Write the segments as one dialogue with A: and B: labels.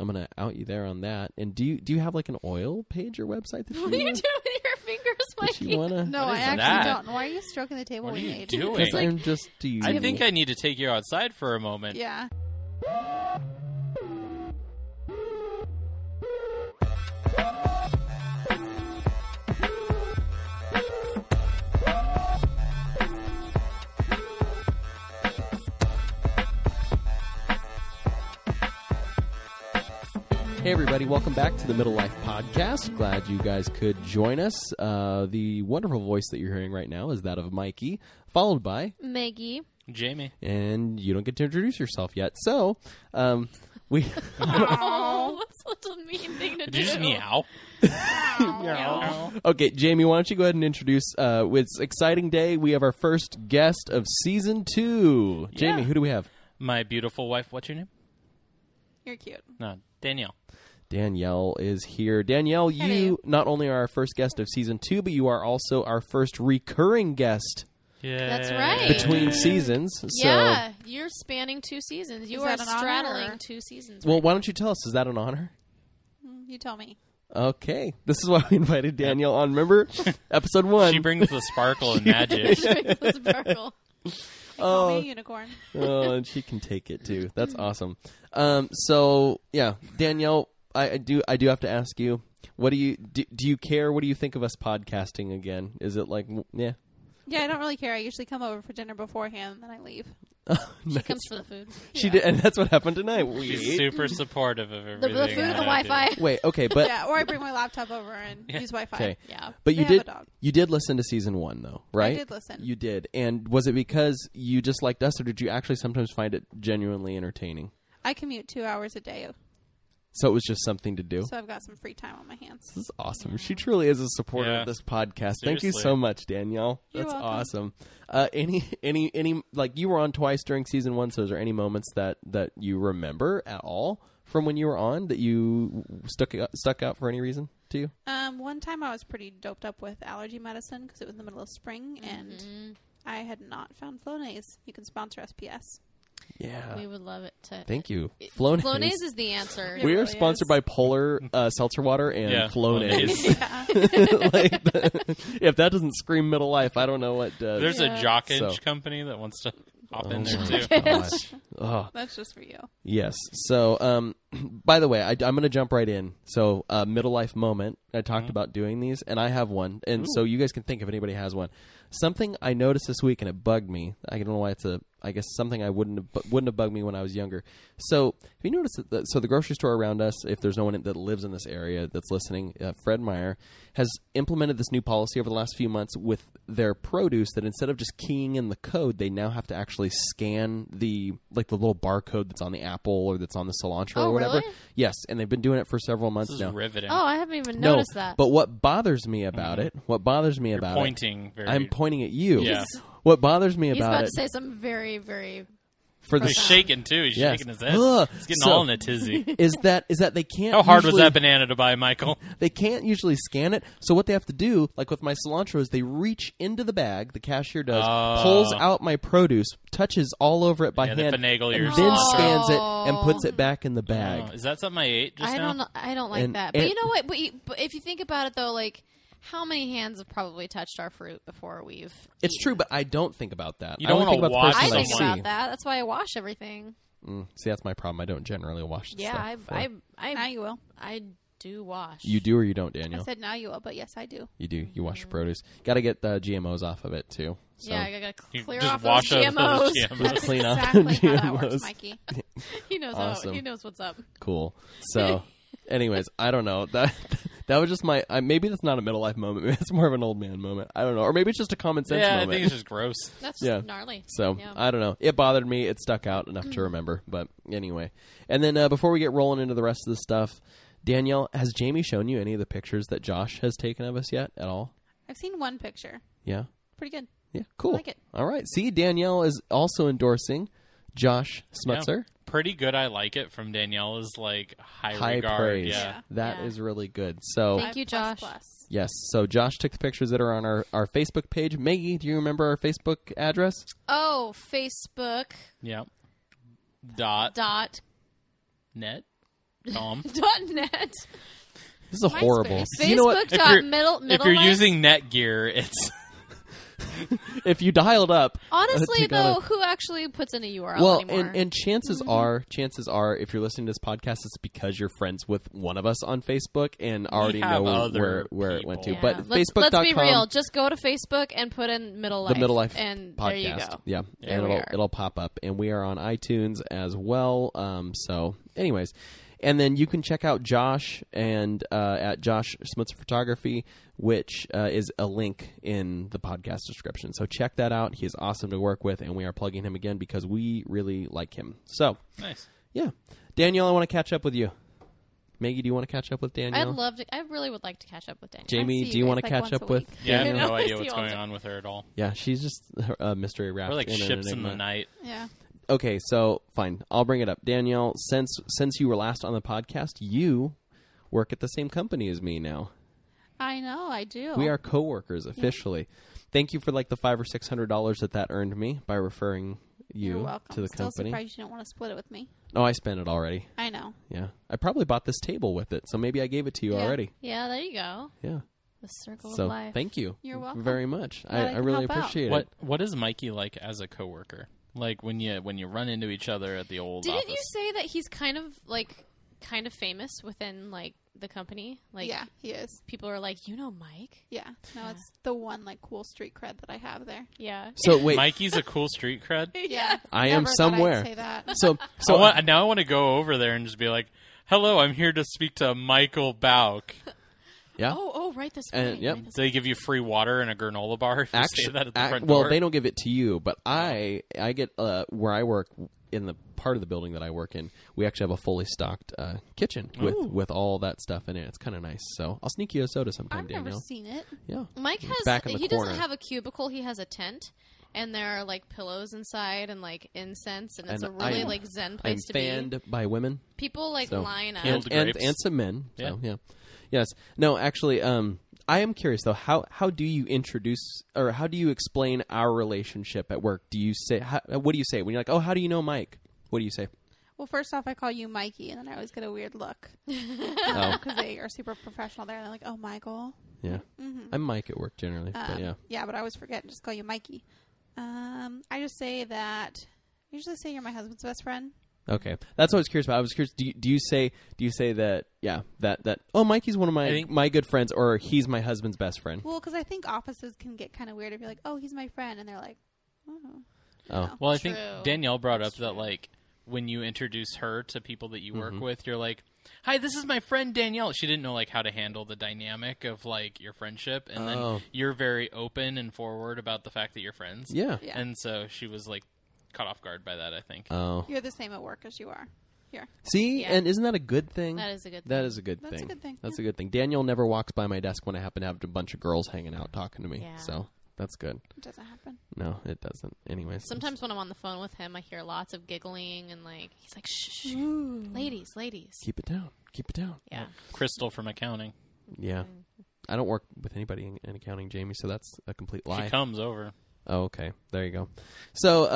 A: I'm gonna out you there on that. And do you do you have like an oil page or website that you,
B: What are you doing
A: wanna-
B: with your fingers,
A: that
B: Mikey?
A: you wanna?
C: No,
D: What
C: I
D: is
C: actually
D: that?
C: don't. Why are you stroking the table?
D: What are
C: with
D: you
C: me? It's
D: doing?
A: Because
C: like-
A: I'm just do you.
D: I think I need to take you outside for a moment.
C: yeah.
A: Hey everybody, welcome back to the Middle Life Podcast. Glad you guys could join us. Uh, the wonderful voice that you're hearing right now is that of Mikey, followed by
B: Maggie.
D: Jamie.
A: and you don't get to introduce yourself yet. So, um, we
B: Oh, that's such a mean thing to
D: Did
B: do.
D: you just meow? meow.
A: okay, Jamie, why don't you go ahead and introduce? Uh, it's exciting day. We have our first guest of season two. Jamie,
D: Yeah.
A: who do we have?
D: My beautiful wife. What's your name?
C: You're cute.
D: No, Danielle.
A: Danielle is here. Danielle, you not only are our first guest of season two, but you are also our first recurring guest
D: Yeah.
B: That's right.
A: between seasons. So,
B: Yeah, you're spanning two seasons. You
C: Is
B: are
C: that an honor,
B: straddling
C: or-
B: two seasons.
A: well, why don't you tell us? Is that an honor?
C: Mm, You tell me.
A: Okay, this is why we invited Danielle on. Remember, episode one.
D: She brings the sparkle and magic.
B: Let's sparkle.
C: You call
A: Oh.
C: me a unicorn.
A: oh, and she can take it too. That's awesome. Um, so yeah, Danielle, I, I do I do have to ask you, what do you do, do? you care? What do you think of us podcasting again? Is it like mm, yeah?
C: Yeah, I don't really care. I usually come over for dinner beforehand, and then I leave.
B: She comes for the food.
A: She did, and that's what happened tonight. We
D: She's super supportive of
B: The,
D: everything.
B: the food and the Wi
D: I do.
B: Fi.
A: wait. Okay, but
C: yeah, or I bring my laptop over and use Wi-Fi.
A: okay,
B: Yeah.
A: but
C: They
A: you
C: have a
A: did
C: dog.
A: you did listen to season one though, right?
C: did listen.
A: You did, and was it because you just liked us, or did you actually sometimes find it genuinely entertaining?
C: I commute two hours a day,
A: So it was just something to do.
C: so I've got some free time on my hands.
A: This is awesome. She truly is a supporter
D: Yeah.
A: of this podcast. Thank you
D: Seriously.
A: so much, Danielle.
C: You're
A: That's
C: welcome.
A: awesome. Uh, any, any, any, like you were on twice during season one. So, is there any moments that that you remember at all from when you were on that you stuck out- stuck out for any reason to you?
C: Um, one time I was pretty doped up with allergy medicine because it was in the middle of spring,
D: Mm-hmm.
C: and I had not found Flonase. You can sponsor us, PS.
A: Yeah.
B: We would love it to.
A: Uh, Thank you.
B: It-
A: Flonase.
B: Flonase is the answer.
C: It
A: we are
C: really
A: sponsored
C: is.
A: by Polar uh, Seltzer Water and
D: Yeah,
A: Flonase.
D: Flonase.
A: like the- if that doesn't scream middle life, I don't know what does.
D: There's
C: Yeah.
D: a jockage
A: So-
D: company that wants to hop
A: Oh
D: in there
A: my
D: too.
A: gosh. Ugh.
C: That's just for you.
A: Yes. So, um, by the way, I, am going to jump right in. So, uh, middle life moment. I talked about doing these, and I have one. And so, you guys can think if anybody has one. Something I noticed this week, and it bugged me. I don't know why it's a. I guess something I wouldn't have, bu- wouldn't have bugged me when I was younger. So, have you noticed that? The, so, the grocery store around us, if there's no one that lives in this area that's listening, uh, Fred Meyer has implemented this new policy over the last few months with their produce that instead of just keying in the code, they now have to actually scan the like the little barcode that's on the apple or that's on the cilantro
B: Oh,
A: or whatever.
B: really?
A: Yes, and they've been doing it for several months
D: This is
A: now.
D: riveting.
B: Oh, I haven't even
A: no,
B: noticed that.
A: but what bothers me about it? What bothers me
D: Mm-hmm. You're
A: about
D: pointing very
A: it? I'm pointing at you.
D: Yeah.
A: What bothers me
B: He's about,
A: about
B: to
A: it
B: say some very, very.
A: for
D: He's
A: this
D: shaking too. He's
A: Yes.
D: shaking his head.
A: Ugh.
D: He's getting
A: So-
D: all in a tizzy.
A: is that is that they can't
D: How hard was
A: usually-
D: that banana to buy, Michael?
A: they can't usually scan it. So what they have to do, like with my cilantro, is they reach into the bag. The cashier does,
D: Oh.
A: pulls out my produce, touches all over it by
D: Yeah, they
A: hand,
D: finagle
A: and
D: your
A: then
B: cilantro.
A: scans it and puts it back in the bag.
D: Oh, is that something I ate just
B: I
D: now?
B: don't. know- I don't like
A: And-
B: that. But
A: and-
B: you know what? But, you, but if you think about it, though, like how many hands have probably touched our fruit before we've?
A: It's
B: eaten?
A: true, but I don't think about that.
D: You
A: I
D: don't
A: only think
D: wanna
A: about the
D: watch
A: person
B: I
D: Because
B: think
A: I
D: someone-
B: about
A: see.
B: that. That's why I wash everything.
A: Mm, see, that's my problem. I don't generally wash.
B: Yeah,
A: stuff
B: I,
A: before.
B: I, I,
C: Now you will.
B: I do wash.
A: You do or you don't,
C: I
A: Daniel.
C: said now you will, but yes, I do.
A: You do. You wash your produce. Got to get the GMOs off of it too. So.
B: Mm. Yeah, I gotta
D: You
B: clear
D: just
B: off
D: wash
B: those
D: out
B: GMOs.
D: those GMOs.
A: Just clean up
C: exactly how that
A: GMOs.
C: works, Mikey.
B: he knows.
A: Awesome.
B: How, he knows what's up.
A: cool. So, anyways, I don't know that. That was just my. I, maybe that's not a middle life moment. Maybe that's more of an old man moment. I don't know, or maybe it's just a common sense
D: yeah, I
A: moment.
D: think it's just gross.
B: That's
A: Yeah.
B: gnarly.
A: so
B: yeah.
A: I don't know. It bothered me. It stuck out enough to remember. But anyway, and then uh, before we get rolling into the rest of the stuff, Danielle, has Jamie shown you any of the pictures that Josh has taken of us yet at all?
C: I've seen one picture.
A: Yeah.
C: Pretty good.
A: Yeah. Cool.
C: like it.
A: All right. See, Danielle is also endorsing Josh
D: Yeah.
A: Smutzer.
D: Pretty good. I like it from Danielle's like high,
A: High
D: regard.
A: praise.
D: Yeah.
A: That is
B: Yeah.
A: really good. So
B: Thank you, Josh.
C: Plus, plus.
A: Yes. So Josh took the pictures that are on our, our Facebook page. Maggie, do you remember our Facebook address?
B: Oh, Facebook
D: Yeah. Dot
B: dot
D: net. Tom.
B: dot net.
A: This is horrible.
B: MySpace.
A: You know what?
B: Facebook
D: If
B: dot
D: you're-
B: middle
D: if
B: middle.
D: you're
B: life-
D: using Netgear, it's
A: If you dialed up,
B: honestly
A: you gotta-
B: though, who actually puts in a URL
A: well,
B: anymore?
A: and and chances
B: Mm-hmm.
A: are, chances are, if you're listening to this podcast, it's because you're friends with one of us on Facebook and already
D: have
A: know
D: other
A: where where it went to.
D: people.
A: But
B: let's,
A: Facebook.com,
B: let's be real. Just go to Facebook and put in middle life.
A: the middle life
B: and
A: podcast.
B: there you go.
A: Yeah,
B: There
A: and
B: we
A: it'll
B: are.
A: it'll pop up, and we are on iTunes as well. Um, so, anyways, and then you can check out Josh and uh, at Josh Schmutzer Photography, which uh, is a link in the podcast description. So check that out. He is awesome to work with, and we are plugging him again because we really like him. So,
D: nice.
A: yeah, Danielle, I want to catch up with you. Maggie, do you want to catch up with Danielle?
B: I'd love to. I really would like to catch up with Daniel.
A: Jamie,
C: see
A: do you
C: you
A: want to
C: guys, like,
A: catch
C: once
A: up
C: a
A: with?
C: week.
D: Yeah, I have
C: Yeah.
D: no
C: I
D: idea
C: see
D: what's
C: all
D: going
C: the-
D: on with her at all.
A: Yeah, she's just a mystery wrapped.
D: We're like
A: in an
D: ships in the
A: enigma.
D: night.
C: Yeah.
A: Okay, so fine, I'll bring it up. Danielle, since since you were last on the podcast, you work at the same company as me now.
C: I know, I do.
A: We are coworkers officially. Thank you for like the five or six hundred dollars that that earned me by referring
C: You're
A: you
C: welcome.
A: to the
C: Still
A: company.
C: surprised you didn't want to split it with me.
A: Oh, I spent it already.
C: I know.
A: Yeah, I probably bought this table with it, so maybe I gave it to you
C: Yeah.
A: already.
B: Yeah, there you go.
A: Yeah.
B: The circle
A: So
B: of life.
A: thank you.
C: You're welcome.
A: Very much.
C: Glad I
A: I, I
C: could
A: really
C: help out.
A: appreciate
D: What
A: it.
D: What is Mikey like as a coworker? Like when you when you run into each other at the old
B: Didn't
D: office?
B: you say that he's kind of like kind of famous within like the company? Like
C: yeah, he is.
B: people are like, "You know Mike?"
C: Yeah. No, it's the one like cool street cred that I have there.
B: Yeah.
A: So wait,
D: Mikey's a cool street cred.
C: Yeah.
A: I am
C: Never thought I'd
A: somewhere.
C: say that.
A: So
D: So
A: so
D: I want, now I want to go over there and just be like, "Hello, I'm here to speak to Michael Bauk."
A: yeah.
B: Oh, oh, right this way.
A: And- yep.
B: right this-
D: They give you free water and a granola bar. If you say
A: Actu-
D: that at the
A: ac-
D: front
A: well,
D: door.
A: they don't give it to you, but I I get uh, where I work in the part of the building that I work in. We actually have a fully stocked uh, kitchen with with all that stuff in it. It's kind of nice. So I'll sneak you a soda sometime,
C: I've
A: Danielle.
C: never seen it.
A: yeah,
B: Mike
A: It's
B: has
A: back in the
B: he
A: corner.
B: doesn't have a cubicle, he has a tent. And there are like pillows inside and like incense and it's
A: And
B: a really
A: I'm-
B: like zen
A: I'm
B: place to be.
A: fanned by women.
B: People like
A: So
B: line up.
A: and,
D: Peeled
A: and
D: grapes.
A: and some men. So,
D: Yeah.
A: yeah. Yes. No. Actually, um, I am curious though. How how do you introduce or how do you explain our relationship at work? Do you say how, what do you say when you're like, oh, how do you know Mike? What do you say?
C: Well, first off, I call you Mikey, and then I always get a weird look
A: Oh.
C: because they are super professional there. And they're like, "Oh, Michael."
A: Yeah. I'm Mike at work generally,
C: Um,
A: but yeah.
C: but I always forget and just call you Mikey. Um, I just say that. I usually say you're my husband's best friend.
A: Okay. That's what I was curious about. I was curious do you, do you say do you say that yeah, that that oh, Mikey's one of my
D: I think-
A: my good friends or he's my husband's best friend.
C: Well, because I think offices can get kind of weird if you're like, "Oh, he's my friend," and they're like, "Oh."
A: Oh.
C: No.
D: Well, I think
B: True.
D: Danielle brought up that like when you introduce her to people that you work
A: Mm-hmm.
D: with, you're like, "Hi, this is my friend Danielle." She didn't know like how to handle the dynamic of like your friendship,
A: Oh.
D: and then you're very open and forward about the fact that you're friends.
A: Yeah.
C: Yeah.
D: and so she was like caught off guard by that. I think.
A: Oh.
C: "You're the same at work as you are here."
A: See?
B: Yeah.
A: And isn't that a good thing?
B: That is a good
A: That is a good
C: That's a
A: thing.
C: good thing,
A: That's
C: yeah.
A: a good thing. Daniel never walks by my desk when I happen to have a bunch of girls hanging out talking to me.
B: Yeah.
A: So, that's good.
C: It doesn't happen.
A: No, it doesn't. Anyways.
B: Sometimes when I'm on the phone with him, I hear lots of giggling and like he's like, "Shh, shh, shh. ladies, ladies."
A: keep it down. Keep it down.
B: Yeah,
D: Crystal from accounting.
A: Yeah. I don't work with anybody in, in accounting, Jamie, so that's a complete lie.
D: She comes over.
A: Oh, okay. There you go. So,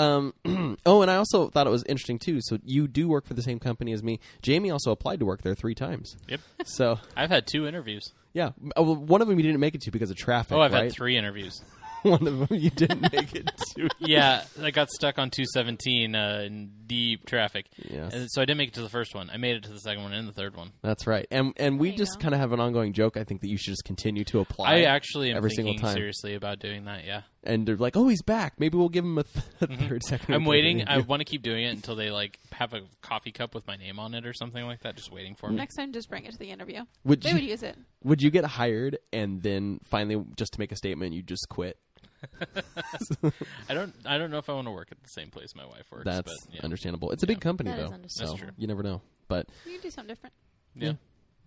A: um, oh, and I also thought it was interesting too. So you do work for the same company as me. Jamie also applied to work there three times.
D: Yep.
A: So
D: I've had two interviews.
A: yeah, Oh, well, one of them you didn't make it to because of traffic.
D: Oh, I've
A: right?
D: had three interviews.
A: one of them you didn't make it to.
D: yeah, I got stuck on 217 uh, in deep traffic.
A: Yes.
D: And so I didn't make it to the first one. I made it to the second one and the third one.
A: That's right. And and we
B: There you
A: just
B: go.
A: kind of have an ongoing joke. I think that you should just continue to apply.
D: I actually am
A: every single
D: thinking
A: time.
D: seriously about doing that. Yeah,
A: and they're like, oh, he's back. Maybe we'll give him a, th- a third second.
D: Mm-hmm. I'm waiting. I
A: interview.
D: want to keep doing it until they like have a coffee cup with my name on it or something like that. Just waiting for me.
C: Next time, just bring it to the interview.
A: Would
C: they
A: you-
C: would use it.
A: Would you get hired and then finally just to make a statement you just quit?
D: I don't. I don't know if I want to work at the same place my wife works.
A: That's
D: but, yeah.
A: understandable. It's a big company
B: That is
A: though, so
B: understandable.
D: That's true.
A: you never know. But
C: You can do something different.
D: Yeah.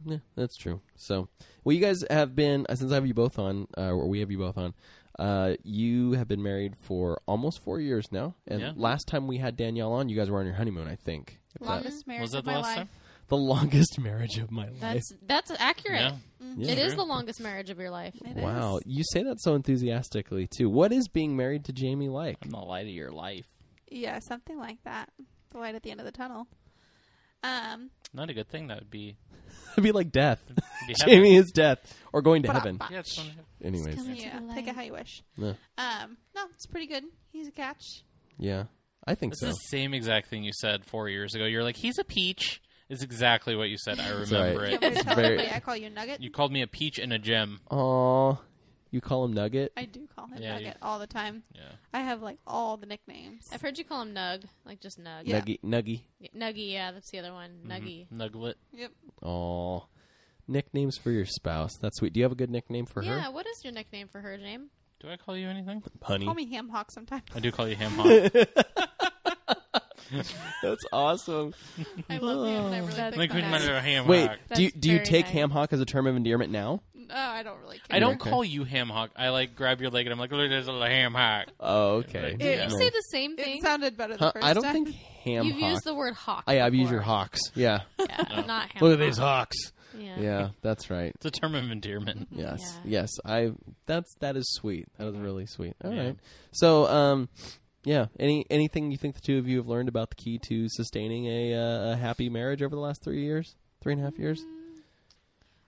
A: Yeah, that's true. So, well, you guys have been uh, since I have you both on, uh, or we have you both on. Uh, you have been married for almost four years now, and
D: Yeah.
A: last time we had Danielle on, you guys were on your honeymoon, I think. If that-
C: Longest marriage
D: Was that
C: of
D: the
C: my
D: last
C: life.
D: time?
A: the longest marriage of my life.
B: that's that's accurate.
D: Yeah.
A: Yeah.
B: It is
D: True.
B: the longest marriage of your life.
C: It
A: Wow,
C: is.
A: you say that so enthusiastically too. What is being married to Jamie like?
D: I'm the light of your life.
C: Yeah, something like that. The light at the end of the tunnel. Um,
D: Not a good thing. That would be.
A: It'd be like death.
D: be
A: Jamie is death or going to heaven.
D: heaven. Yeah, it's fun.
A: Anyways,
B: It's coming.
C: yeah,
B: the
C: take
B: light.
C: it how you wish.
A: yeah.
C: Um, no, it's pretty good. He's a catch.
A: yeah, I think
D: It's
A: so.
D: the same exact thing you said four years ago. You're like, he's a peach. Is exactly what you said. I remember
A: right.
C: You want
D: it.
C: me to
A: It's
C: tell
A: very-
C: everybody I call you Nugget.
D: You called me a peach and a gem.
A: Aw, you call him Nugget?
C: I do call him
D: Yeah, you-
C: Nugget all the time.
D: Yeah.
C: I have like all the nicknames.
B: I've heard you call him Nug, like just Nug.
C: Yeah.
A: Nuggy, Nuggy.
B: Yeah, Nuggy, yeah, that's the other one.
A: Mm-hmm.
B: Nuggy.
D: Nuglet.
C: Yep.
A: Aw, nicknames for your spouse. That's sweet. Do you have a good nickname for
B: yeah,
A: her?
B: what is your nickname for her name?
D: Do I call you anything?
A: Honey.
C: Call me Ham Hock sometimes.
D: I do call you ham hock.
A: That's awesome.
B: I love him. I really
C: That's
B: think
D: like, we
B: that.
D: might have a ham
A: Wait,
D: hock.
A: do you,
B: That's
A: do you
B: very
A: take
B: nice.
A: ham hock as a term of endearment now?
C: No, I don't really care.
D: I don't
A: Okay.
D: call you ham hock. I like grab your leg and I'm like, look, there's a little ham hock.
A: Oh, okay.
D: Did
B: Did
D: Yeah.
B: you say the same
C: It
B: thing?
C: sounded better the
A: Huh,
C: first
A: I don't
C: time.
A: think ham
B: You've
A: hock.
B: used the word hawk.
A: I, I've used your
B: before.
A: hawks. Yeah.
B: Yeah,
D: No.
B: not ham.
A: Look at these
B: hock.
A: hawks.
B: Yeah.
A: Yeah, that's right.
D: It's a term of endearment.
A: Yes,
B: Yeah.
A: yes. I that's that is sweet. That is really sweet. All right.
D: Yeah.
A: So, um, yeah. Any anything you think the two of you have learned about the key to sustaining a uh, a happy marriage over the last three years, three and a half years?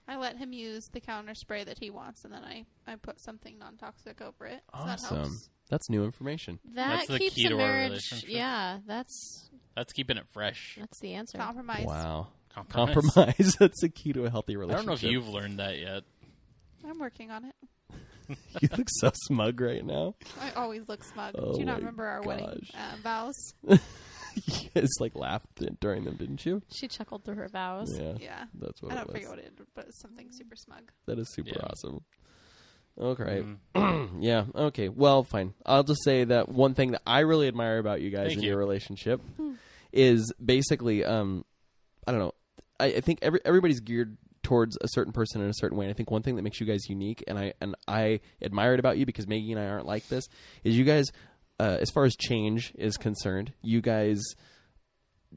C: I let him use the counter spray that he wants, and then I, I put something non toxic over it. So that
A: Awesome.
C: helps.
A: That's new information.
B: That
D: That's the
B: keeps
D: key
B: a
D: to our
B: marriage.
D: relationship.
B: Yeah, that's
D: That's keeping it fresh.
B: that's the answer.
C: Compromise.
A: Wow.
D: Compromise.
A: Compromise. that's the key to a healthy
D: I don't
A: relationship.
D: know if you've learned that yet.
C: I'm working on it.
A: you look so smug right now.
C: I always look smug.
A: Oh
C: Do you
A: my
C: not remember our wedding
A: gosh.
C: uh, vows?
A: you guys like laughed during them, didn't you?
B: She chuckled through her vows.
A: Yeah.
C: Yeah.
A: That's what
C: I
A: it
C: don't
A: was.
C: forget what it is, but it's something super smug.
A: That is super
D: Yeah. Mm.
A: awesome. Okay. yeah. Okay. Well, fine. I'll just say that one thing that I really admire about you guys
D: Thank
A: in
D: you.
A: your relationship is basically, um, I don't know. I, I think every everybody's geared towards a certain person in a certain way. And I think one thing that makes you guys unique, and I and I admire it about you because Maggie and I aren't like this, is you guys, uh, as far as change is concerned, you guys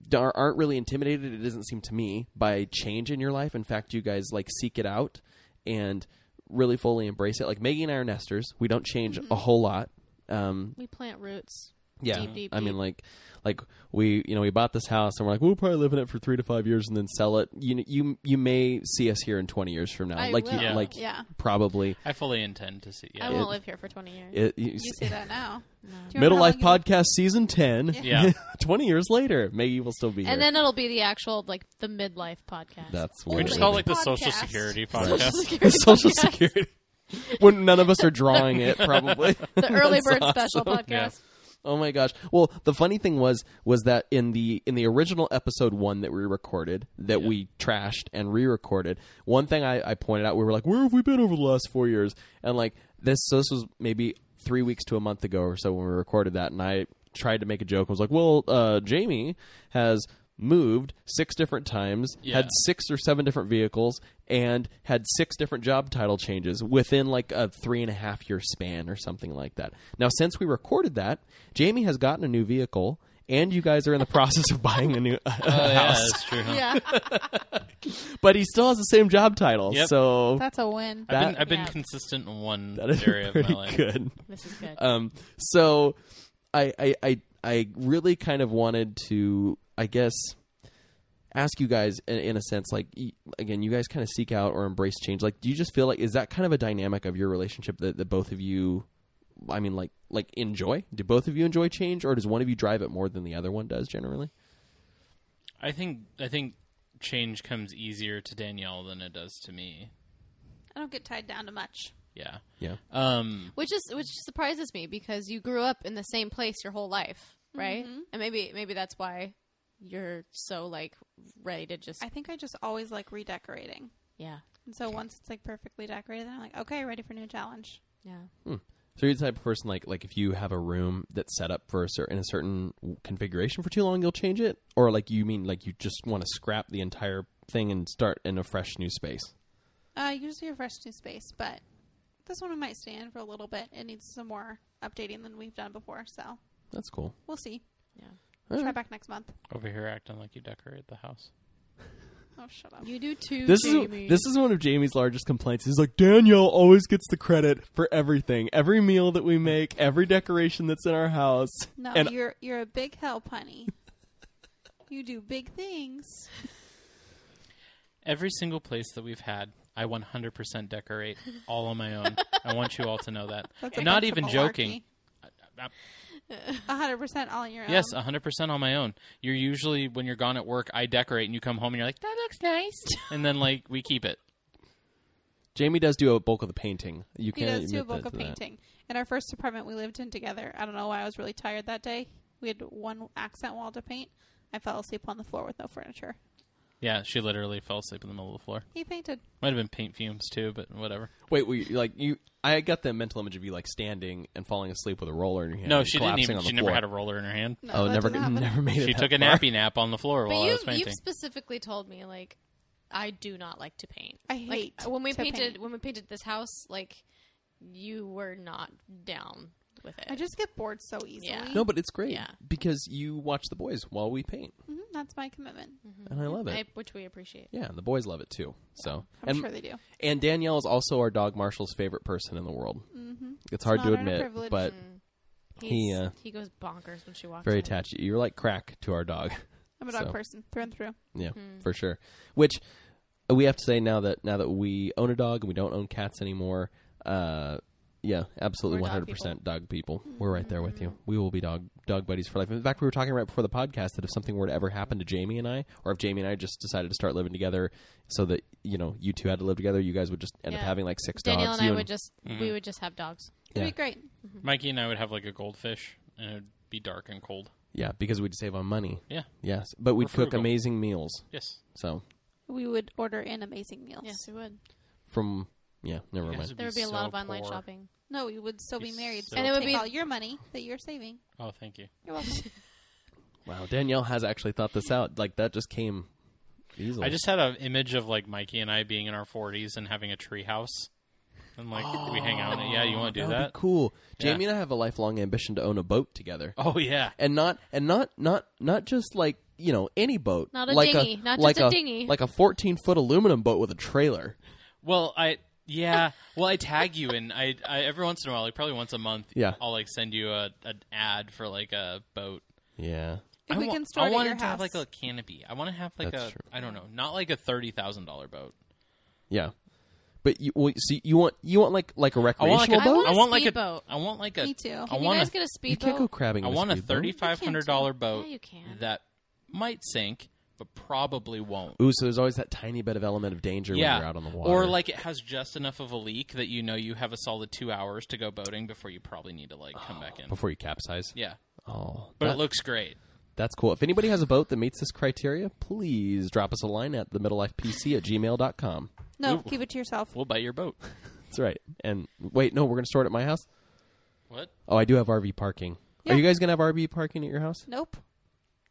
A: dar- aren't really intimidated it doesn't seem to me by change in your life in fact you guys like seek it out and really fully embrace it like maggie and i are nesters we don't change a whole lot um
B: We plant roots.
A: yeah
B: Deep, deep,
A: i mean
B: deep.
A: like like we you know we bought this house and we're like we'll probably live in it for three to five years and then sell it you you you may see us here in 20 years from now
B: I
A: like
B: will.
A: you
D: Yeah.
A: like
C: Yeah.
A: probably
D: I fully intend to see. Yeah.
B: I won't
A: it-
B: live here for 20 years.
A: it, you-
C: You say that now. Do you remember
A: middle
C: how
A: life
C: long you-
A: podcast season 10
D: Yeah.
A: 20 years later maggie will still be here
B: and then it'll be the actual like the midlife podcast.
A: that's what
D: we can
A: it
D: just
A: would
D: call
A: be.
D: it like the Social
C: Podcast.
D: Security
B: Social
D: podcast.
B: Security
A: Social
B: podcast.
A: Security. when none of us are drawing it, probably.
B: The early
A: That's
B: bird
A: awesome.
B: special podcast.
D: Yeah.
A: Oh my gosh! Well, the funny thing was was that in the in the original episode one that we recorded, that we trashed and re-recorded, one thing I, I pointed out, we were like, "Where have we been over the last four years?" And like this, so this was maybe three weeks to a month ago or so when we recorded that, and I tried to make a joke. I was like, "Well, uh, Jamie has." Moved six different times,
D: Yeah.
A: had six or seven different vehicles, and had six different job title changes within like a three and a half year span or something like that. Now, since we recorded that, Jamie has gotten a new vehicle, and you guys are in the process of buying a new
D: Oh, yeah,
A: house,
D: that's true. huh?
B: Yeah.
A: but he still has the same job title.
D: Yep.
A: So
C: That's a win.
A: That-
D: I've been, I've been
B: Yeah.
D: consistent in one
A: that is
D: area of my
A: pretty
D: life.
A: good.
B: this is good.
A: Um, so I, I, I, I really kind of wanted to, I guess, ask you guys in, in a sense, like, y- again, you guys kind of seek out or embrace change. Like, do you just feel like, is that kind of a dynamic of your relationship that, that both of you, I mean, like, like enjoy? Do both of you enjoy change or does one of you drive it more than the other one does generally?
D: I think I think change comes easier to Danielle than it does to me.
C: I don't get tied down to much.
D: Yeah.
A: Yeah.
D: Um.
B: which is which surprises me because you grew up in the same place your whole life, right?
C: Mm-hmm.
B: And maybe maybe that's why you're so like ready to just
C: I think I just always like redecorating.
B: yeah.
C: And so once it's like perfectly decorated, then I'm like, okay, ready for new challenge.
B: Yeah.
A: So you're the type of person like like if you have a room that's set up for a certain in a certain configuration for too long, you'll change it, or like you mean like you just want to scrap the entire thing and start in a fresh new space.
C: Uh, usually a fresh new space, but this one we might stay in for a little bit. It needs some more updating than we've done before, so
A: That's cool.
C: we'll see.
B: Yeah.
A: All
C: Try
A: right.
C: back next month.
D: Over here, acting like you decorate the house.
C: Oh, shut up.
B: You do too.
A: This is this is one of Jamie's largest complaints. He's like Danielle always gets the credit for everything, every meal that we make, every decoration that's in our house.
C: No,
A: and
C: you're you're a big help, honey. You do big things.
D: Every single place that we've had, I 100% decorate all on my own. I want you all to know that.
C: That's
D: I'm
C: a
D: not
C: bunch of
D: even
C: malarkey.
D: joking. I- I-
C: A hundred percent all on your own.
D: Yes, uh, 100% on my own. You're usually, when you're gone at work, I decorate and you come home and you're like, that looks nice. and then, like, we keep it.
A: Jamie does do a bulk of the painting. You
C: He
A: can
C: does do a
A: admit
C: bulk of
A: that- that.
C: painting. In our first apartment we lived in together, I don't know why I was really tired that day. We had one accent wall to paint. I fell asleep on the floor with no furniture.
D: Yeah, she literally fell asleep in the middle of the floor.
C: He painted.
D: Might have been paint fumes, too, but whatever.
A: Wait, were you, like you? I got the mental image of you like standing and falling asleep with a roller in your hand.
D: No,
A: and
D: she didn't
A: collapsing
D: even.
A: On the
D: She never
A: floor.
D: had a roller in her hand.
C: No,
A: Oh,
C: that
A: never,
C: didn't happen.
A: never made it.
D: She
A: that
D: took a
A: far.
D: nappy nap on the floor
B: But
D: while I was
B: you've, you've
D: painting.
B: specifically told me like I do not like to paint.
C: I
B: Like,
C: hate
B: when we
C: to
B: painted
C: paint.
B: when we painted this house. Like you were not down with it.
C: I just get bored so easily.
B: Yeah.
A: No, but it's great
B: Yeah.
A: because you watch the boys while we paint,
C: Mhm, that's my commitment.
A: and I love it.
B: I- which we appreciate.
A: Yeah, and the boys love it too. So,
C: I'm
A: and
C: sure they do.
A: and Danielle is also our dog Marshall's favorite person in the world. Mm-hmm. It's hard to
C: not an
A: admit,
C: privilege.
A: but
B: Mm. He's,
A: He,
B: he
A: uh,
B: goes bonkers when she walks.
A: very
B: in.
A: attached. You're like crack to our dog.
C: I'm a dog
A: So.
C: person through and through.
A: yeah, for sure. Which uh, we have to say now that now that we own a dog and we don't own cats anymore. Uh, yeah, absolutely,
B: We're
A: one
B: dog Mm-hmm.
A: hundred percent dog people. We're right there with you. We will be dog dog buddies for life. In fact, we were talking right before the podcast that if something were to ever happen to Jamie and I, or if Jamie and I just decided to start living together, so that you know you two had to live together, you guys would just end up
B: Yeah.
A: having like six
B: Danielle
A: dogs.
B: and I
A: You Mm-hmm.
B: would just we would just have dogs.
C: It'd
A: Yeah.
C: be great.
D: Mikey and I would have like a goldfish, and it'd be dark and cold.
A: Yeah, because we'd save on money.
D: Yeah.
A: Yes, but we'd
D: We're
A: cook
D: frugal.
A: amazing meals.
D: Yes.
A: So
C: We would order in amazing meals.
B: Yes, we would.
A: from yeah, never
D: You guys
A: mind.
D: would
B: There would be a lot
D: so
B: of online
D: poor.
B: shopping.
C: No, we would still be
D: You're
C: married.
D: so
C: and it would be
B: poor.
C: all your money that you're saving.
D: Oh, thank you.
C: You're welcome.
A: Wow, Danielle has actually thought this out. Like that just came easily.
D: I just had an image of like Mikey and I being in our 40s and having a tree house. And like we hang out in it. Yeah, you want to do
A: That would
D: that?
A: be cool.
D: Yeah.
A: Jamie and I have a lifelong ambition to own a boat together,
D: Oh yeah.
A: and not and not not not just like you know any boat,
B: Not a
A: like
B: dinghy.
A: a
B: Not just
A: like
B: a dinghy.
A: like a fourteen foot aluminum boat with a trailer.
D: Well, I yeah. Well, I tag you and I, I every once in a while, like probably once a month,
A: Yeah.
D: I'll like send you a an ad for like a boat.
A: Yeah,
C: if
D: I
C: we
D: wa-
C: can store
D: I
C: it at
D: wanted
C: your
D: to have
C: house.
D: like a canopy. I want to have like
A: That's
D: a
A: true.
D: I don't know, not like a thirty thousand dollar boat.
A: yeah. But you well, see, you want you want like like a
D: I want
A: recreational
D: like a,
B: I
A: boat.
B: want
D: I want like a
B: speedboat.
D: I want like a
C: Me too.
D: I
C: Can
B: Can
D: want
B: you guys
D: a,
B: get a
A: you
B: speedboat?
A: can't go crabbing.
D: I
A: with
D: want a
A: speedboat.
D: thirty five hundred dollar boat
B: Yeah, you can.
D: that might sink, but probably won't.
A: Ooh, so there's always that tiny bit of element of danger
D: yeah,
A: when you're out on the water.
D: or like it has just enough of a leak that you know you have a solid two hours to go boating before you probably need to like come back in.
A: before you capsize.
D: Yeah,
A: Oh,
D: but
A: that-
D: it looks great.
A: that's cool. If anybody has a boat that meets this criteria, please drop us a line at the middlelifepc at gmail.com.
C: no, keep it to yourself.
D: We'll buy your boat.
A: That's right. And wait, no, we're going to store it at my house.
D: What?
A: Oh, I do have RV parking.
C: Yeah.
A: Are you guys going to have RV parking at your house?
C: Nope.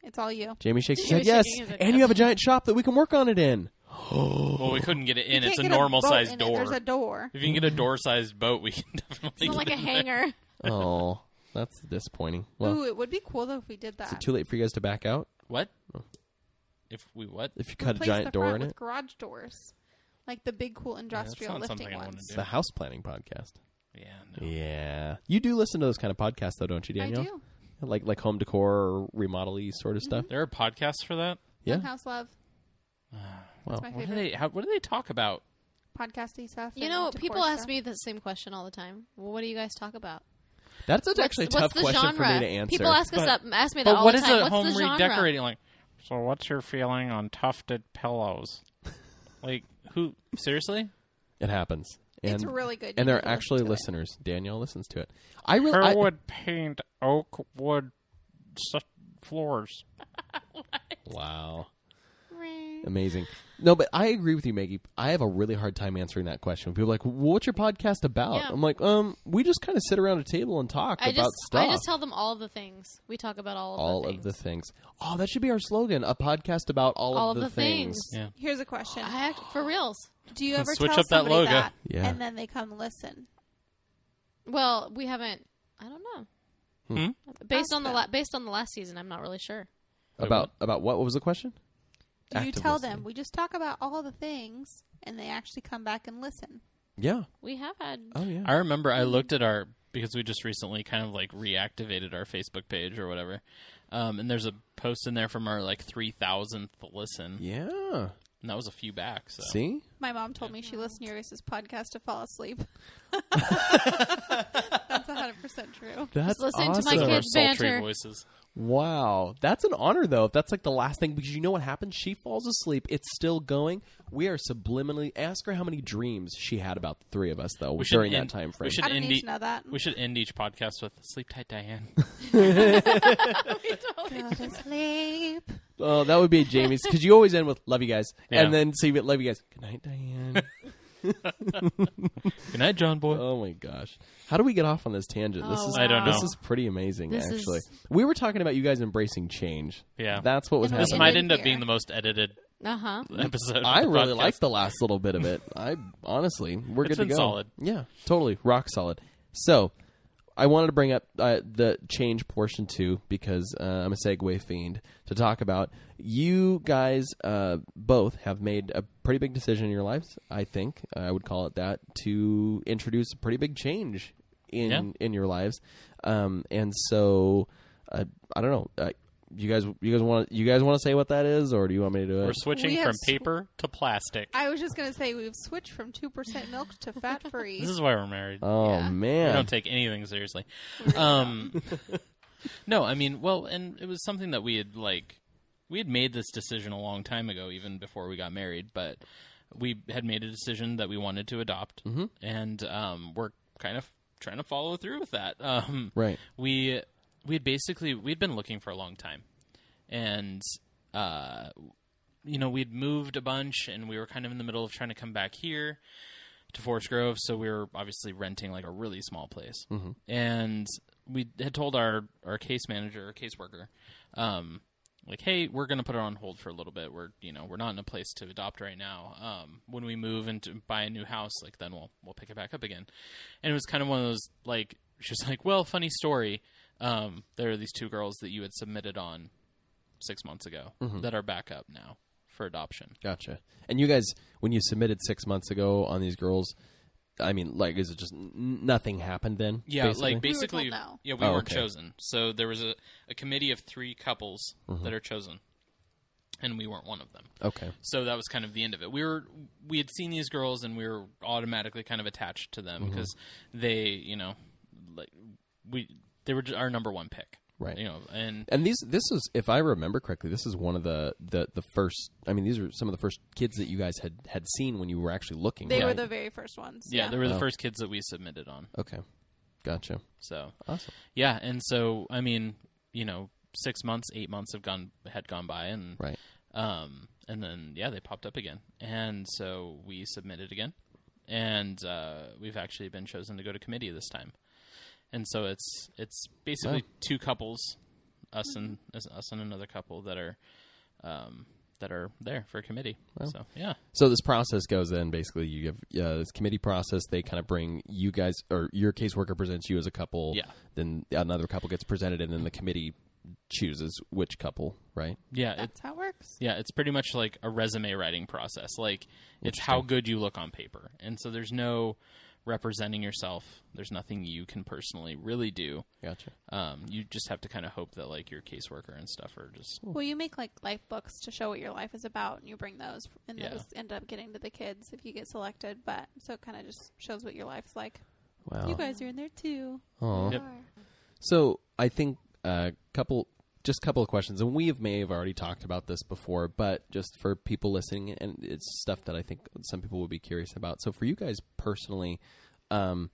C: It's all you.
A: Jamie shakes his
B: She
A: head.
B: was
A: Yes.
B: shaking his head,
A: And you
B: yes.
A: have a giant shop that we can work on it in.
D: Well, we couldn't get it in.
C: You
D: It's a
C: can't get
D: normal
C: boat
D: sized
C: in it.
D: door.
C: There's a door.
D: If you can get a door sized boat, we can definitely.
B: It's not like
D: get
B: a
D: it in there.
B: hanger.
A: Oh, that's disappointing. Well,
C: Ooh, it would be cool though if we did that.
A: is it too late for you guys to back out
D: What?
A: Oh.
D: If we what?
A: if you cut a
C: Replace the
A: giant door
C: front
A: in
C: with
A: it?
C: garage doors, like the big cool industrial
D: not
C: lifting
D: something I wanna
C: ones.
A: It's the house planning podcast.
D: Yeah. No.
A: Yeah. You do listen to those kind of podcasts, though, don't you,
C: I
A: Danielle?
C: do.
A: Like like home decor or remodel y sort of stuff.
D: There are podcasts for that.
A: Yeah.
C: House love.
A: Wow.
C: my
D: What do
C: favorite.
D: they? How, what do they talk about?
C: Podcasty stuff.
B: You
C: and
B: know,
C: decor
B: people ask
C: stuff.
B: me the same question all the time. Well, what do you guys talk about?
A: That's
B: What's-
A: actually a
B: what's
A: tough
B: the
A: question for
B: genre?
A: me to answer.
B: People ask us
D: But-
B: that, ask me that
D: But
B: all
D: what
B: the
D: is
B: time.
D: a
B: what's
D: home
B: the genre?
D: redecorating like? So, what's your feeling on tufted pillows? like, who? Seriously?
A: It happens. And,
C: It's really good. You
A: And there
C: need
A: are
C: to listen
A: actually
C: to it.
A: listeners. Danielle listens to it. I really. I,
D: paint oak wood floors.
A: wow. Amazing. No, but I agree with you, Maggie. I have a really hard time answering that question. People are like, well, "What's your podcast about?"
B: Yeah.
A: I'm like, "Um, we just kind of sit around a table and talk
B: I
A: about
B: just,
A: stuff."
B: I just tell them all the things. We talk about all of
A: all
B: the
A: of
B: things.
A: the things. Oh, that should be our slogan: a podcast about all,
B: all
A: of the things.
D: Yeah.
C: Here's a question:
B: I act, for reals.
C: Do you ever
D: Switch
C: tell
D: up that
C: somebody
D: logo.
C: that,
A: Yeah.
C: and then they come listen?
B: Well, we haven't. I don't know.
D: Hmm?
B: Based
C: Ask
B: on the
C: them.
B: la- based on the last season, I'm not really sure.
D: Wait,
A: About about what? What was the question?
C: Do you
A: Active
C: tell
A: listening.
C: them we just talk about all the things, and they actually come back and listen?
A: Yeah.
B: We have had.
A: Oh yeah.
D: I remember I looked at our because we just recently kind of like reactivated our Facebook page or whatever. Um, and there's a post in there from our like 3000th listen.
A: Yeah.
D: And that was a few back. So
A: See?
C: My mom told me she listened to your guys' podcast to fall asleep. That's 100% true.
A: That's
B: listen to my
A: awesome.
D: Some of our
B: Good
D: sultry
B: banter.
D: voices.
A: Wow. That's an honor though. If that's like the last thing because you know what happens? She falls asleep. It's still going. We are subliminally ask her how many dreams she had about the three of us though
D: We should
A: during
D: end-
A: that time frame.
D: we should
C: I don't
D: end
C: need
D: e-
C: to know that.
D: We should end each podcast with "Sleep tight, Diane."
C: Go to sleep.
A: Oh, that would be Jamie's because you always end with "love you guys"
D: Yeah.
A: and then so you get "love you guys." Good night, Diane.
D: Good night, John Boy.
A: oh my gosh, how do we get off on this tangent? This
B: Oh,
A: is
D: I don't know.
A: This is pretty amazing,
B: This is-
A: actually. We were talking about you guys embracing change.
D: Yeah.
A: that's what was
B: And we
D: this
A: happening.
D: might
B: ended
D: end up
B: here.
D: being the most edited
B: Uh huh.
D: episode. of
A: I
D: the
A: really
D: podcast.
A: liked the last little bit of it. I honestly, we're good
D: It's
A: to
D: been
A: go.
D: solid.
A: Yeah, totally rock solid. So, I wanted to bring up uh, the change portion too because uh, I'm a segue fiend to talk about. You guys uh, both have made a pretty big decision in your lives. I think I would call it that to introduce a pretty big change in
D: Yeah.
A: in your lives, um, and so uh, I don't know. Uh, you guys, you guys want you guys want to say what that is, or do you want me to do it?
D: We're switching
C: We have
D: from
C: sw-
D: paper to plastic.
C: I was just going to say we've switched from 2% milk to fat free.
D: This is why we're married.
A: Oh
B: Yeah.
A: man!
D: We don't take anything seriously. Um, no, I mean, well, and it was something that we had like we had made this decision a long time ago, even before we got married. But we had made a decision that we wanted to adopt, and um, we're kind of trying to follow through with that. Um,
A: Right.
D: we we had basically we'd been looking for a long time and uh you know we'd moved a bunch and we were kind of in the middle of trying to come back here to Forest Grove so we were obviously renting like a really small place and we had told our our case manager or caseworker um like hey we're going to put it on hold for a little bit we're you know we're not in a place to adopt right now um when we move and to buy a new house like then we'll we'll pick it back up again and it was kind of one of those like she was like well funny story um there are these two girls that you had submitted on six months ago
A: Mm-hmm.
D: that are back up now for adoption
A: Gotcha. And you guys, when you submitted six months ago on these girls, I mean, like, is it just n- nothing happened then?
D: Yeah, like
C: We were
D: basically,
C: told no.
D: yeah, we
A: Oh,
D: weren't
A: okay.
D: chosen. So there was a, a committee of three couples
A: Mm-hmm.
D: that are chosen, and we weren't one of them.
A: okay,
D: So that was kind of the end of it. We were we had seen these girls, and we were automatically kind of attached to them
A: Mm-hmm.
D: because they, you know, like we they were our number one pick,
A: Right.
D: You know, and
A: and these this is, if I remember correctly, this is one of the the the first. I mean, these are some of the first kids that you guys had had seen when you were actually looking.
C: They were
A: right?
C: the very first ones.
D: yeah, they were the
A: Oh.
D: first kids that we submitted on.
A: okay. Gotcha.
D: So
A: Awesome.
D: yeah, and so I mean, you know, six months, eight months have gone had gone by, and
A: Right.
D: Um, and then yeah, they popped up again, and so we submitted again, and uh, we've actually been chosen to go to committee this time, and so it's it's basically two couples, us and us- us and another couple that are, um, that are there for committee. So yeah,
A: So this process goes in. Basically, you have uh, this committee process. They kind of bring you guys, or your caseworker presents you as a couple.
D: Yeah.
A: Then another couple gets presented, and then the committee chooses which couple. Right.
D: yeah, it,
C: That's how it works.
D: Yeah, it's pretty much like a resume writing process. Like it's how good you look on paper. And so there's no representing yourself. There's nothing you can personally really do.
A: Gotcha.
D: Um, you just have to kind of hope that like your caseworker and stuff are just
C: Well, you make like life books to show what your life is about, and you bring those, and
D: Yeah.
C: those end up getting to the kids if you get selected. But so it kind of just shows what your life's like.
D: Oh.
A: Wow.
C: You guys are in there too.
A: Aw.
D: Yep.
A: So I think a couple, just couple of questions, and we have may have already talked about this before, but just for people listening, and it's stuff that I think some people would be curious about. So for you guys personally, um,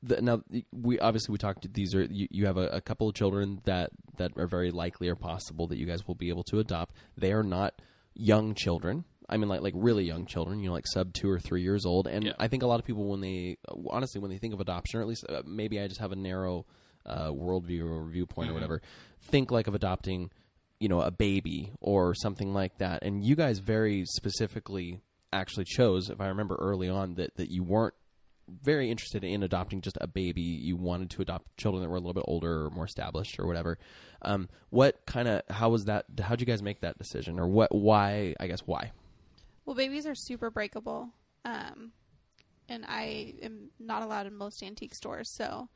A: the, now we obviously we talked. These are you, you have a, a couple of children that that are very likely or possible that you guys will be able to adopt. They are not young children. I mean, like like really young children. You know, like sub two or three years old. And
D: Yeah.
A: I think a lot of people when they honestly when they think of adoption, or at least uh, maybe I just have a narrow uh, worldview or viewpoint or whatever, think like of adopting. You know, a baby or something like that. And you guys very specifically actually chose, if I remember early on, that that you weren't very interested in adopting just a baby. You wanted to adopt children that were a little bit older or more established or whatever. Um, what kind of how was that? How'd you guys make that decision, or what? Why? I guess why.
C: Well, babies are super breakable. Um, and I am not allowed in most antique stores, so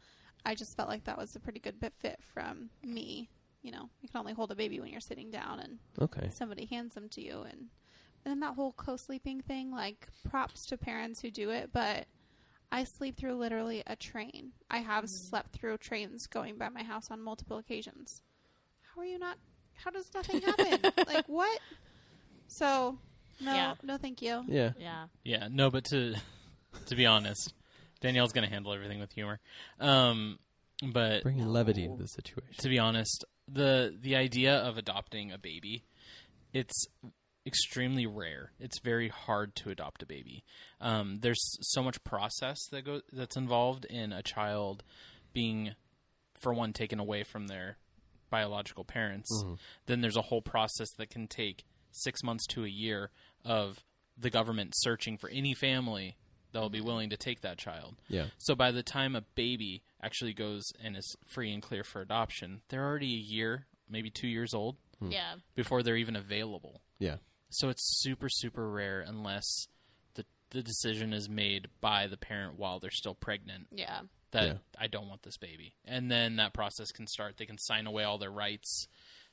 C: I just felt like that was a pretty good bit fit from me. You know, you can only hold a baby when you're sitting down, and
A: Okay.
C: somebody hands them to you, and and then that whole co-sleeping thing. Like props to parents who do it, but I sleep through literally a train. I have slept through trains going by my house on multiple occasions. How are you not? How does nothing happen? like what? So no,
B: Yeah.
C: no, thank you.
A: Yeah.
B: Yeah.
D: Yeah, no, but to to be honest, Danielle's going to handle everything with humor. Um, but
A: Bringing levity to the situation.
D: to be honest, the the idea of adopting a baby, it's extremely rare. It's very hard to adopt a baby. Um, there's so much process that go that's involved in a child being, for one, taken away from their biological parents. Then there's a whole process that can take six months to a year of the government searching for any family that will be willing to take that child.
A: Yeah.
D: So by the time a baby actually goes and is free and clear for adoption, they're already a year, maybe two years old
A: Hmm.
B: Yeah.
D: before they're even available.
A: Yeah.
D: So it's super, super rare unless the the decision is made by the parent while they're still pregnant
B: Yeah.
D: that
A: Yeah.
D: I don't want this baby. And then that process can start. They can sign away all their rights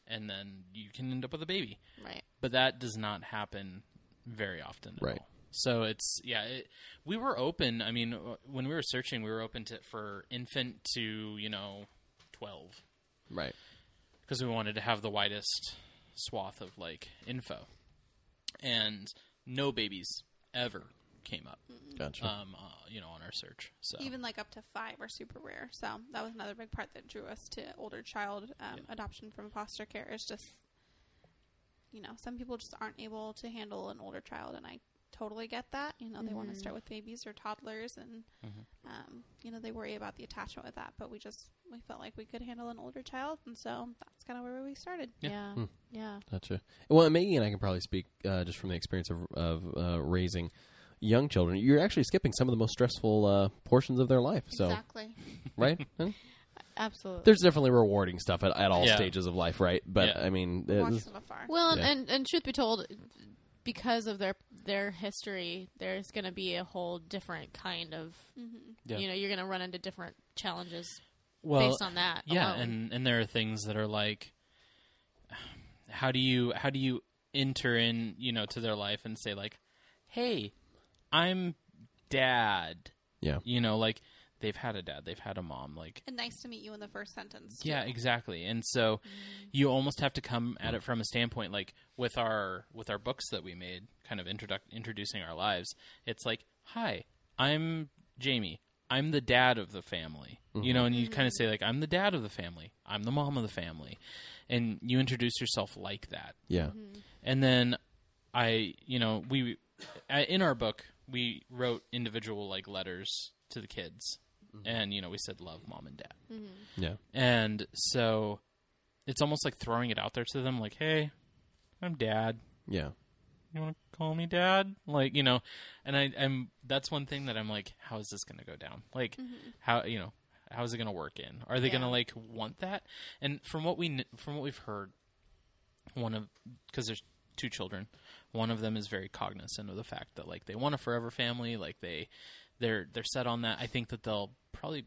D: and then you can end up with a baby
B: Right.
D: but that does not happen very often at
A: Right.
D: all. So it's yeah, it, we were open. I mean, uh, when we were searching, we were open to for infant to you know twelve
A: Right.
D: because we wanted to have the widest swath of like info, and no babies ever came up.
A: Gotcha.
D: Um, uh, you know, on our search. So
C: Even like up to five are super rare. So that was another big part that drew us to older child um, adoption from foster care. Is just, you know, some people just aren't able to handle an older child, and I totally get that. You know, they want to
B: Mm-hmm.
C: start with babies or toddlers, and
D: Mm-hmm.
C: um, you know they worry about the attachment with that. But we just we felt like we could handle an older child, and so that's kind of where we started.
D: Yeah.
B: Yeah. Yeah.
A: Gotcha. Well, and Maggie and I can probably speak uh, just from the experience of, of uh, raising young children. You're actually skipping some of the most stressful uh, portions of their life. So,
B: Exactly.
A: right? Huh?
B: Absolutely.
A: There's definitely rewarding stuff at, at all
D: Yeah.
A: stages of life, right? But
D: Yeah.
A: I mean,
C: We watched
A: it's-
C: from afar.
B: Well, and,
A: Yeah.
B: and and truth be told, because of their their history, there's going to be a whole different kind of
D: Yeah.
B: you know you're going to run into different challenges
D: well,
B: based on that.
D: yeah
B: alone.
D: and and there are things that are like how do you how do you enter in you know to their life and say like hey i'm dad
A: yeah.
D: you know like they've had a dad they've had a mom like
C: and nice to meet you in the first sentence.
D: yeah exactly and so you almost have to come at it from a standpoint like with our with our books that we made kind of introduc- introducing our lives it's like hi i'm jamie i'm the dad of the family you know and you kind of say like i'm the dad of the family i'm the mom of the family and you introduce yourself like that
A: Yeah.
D: and then I, you know, we I- in our book we wrote individual like letters to the kids, and you know we said love mom and dad,
A: Yeah.
D: and so it's almost like throwing it out there to them like hey, I'm dad,
A: Yeah.
D: you want to call me dad like you know and i i'm that's one thing that i'm like how is this going to go down like how you know how is it going to work in are they going to
B: Yeah.
D: like want that and from what we kn- from what we've heard one of cuz there's two children one of them is very cognizant of the fact that like they want a forever family like they they're they're set on that i think that they'll probably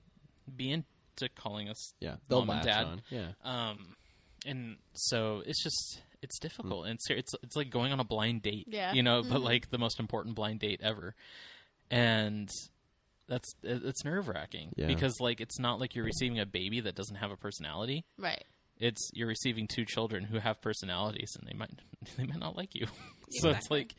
D: be into calling us
A: Yeah. They'll
D: mom and
A: latch
D: dad
A: on. Yeah.
D: um, and so it's just it's difficult, and it's it's it's like going on a blind date,
B: Yeah. Mm-hmm.
D: you know, but like the most important blind date ever, and that's it- it's nerve wracking
A: Yeah.
D: because like it's not like you're receiving a baby that doesn't have a personality.
B: right.
D: It's you're receiving two children who have personalities, and they might they might not like you. so it's
C: Exactly.
D: like,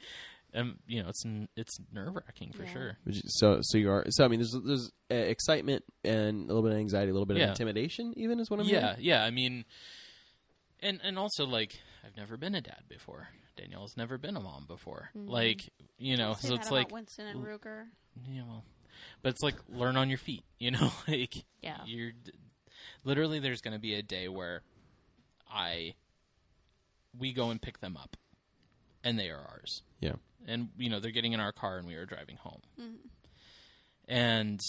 D: um, you know, it's n- it's nerve wracking for
B: Yeah.
D: sure.
A: Which is- So, so you are. So, I mean, there's there's uh, excitement and a little bit of anxiety, a little bit
D: Yeah.
A: of intimidation, even is what I'm
D: yeah,
A: hearing.
D: yeah. I mean, and and also like I've never been a dad before. Danielle's never been a mom before. Like you know,
C: Say
D: so
C: that
D: it's
C: about
D: like
C: Winston and Ruger.
D: yeah, well, but it's like learn on your feet. You know, like
B: Yeah.
D: you're literally there's going to be a day where I we go and pick them up, and they are ours
A: Yeah.
D: and you know they're getting in our car and we are driving home and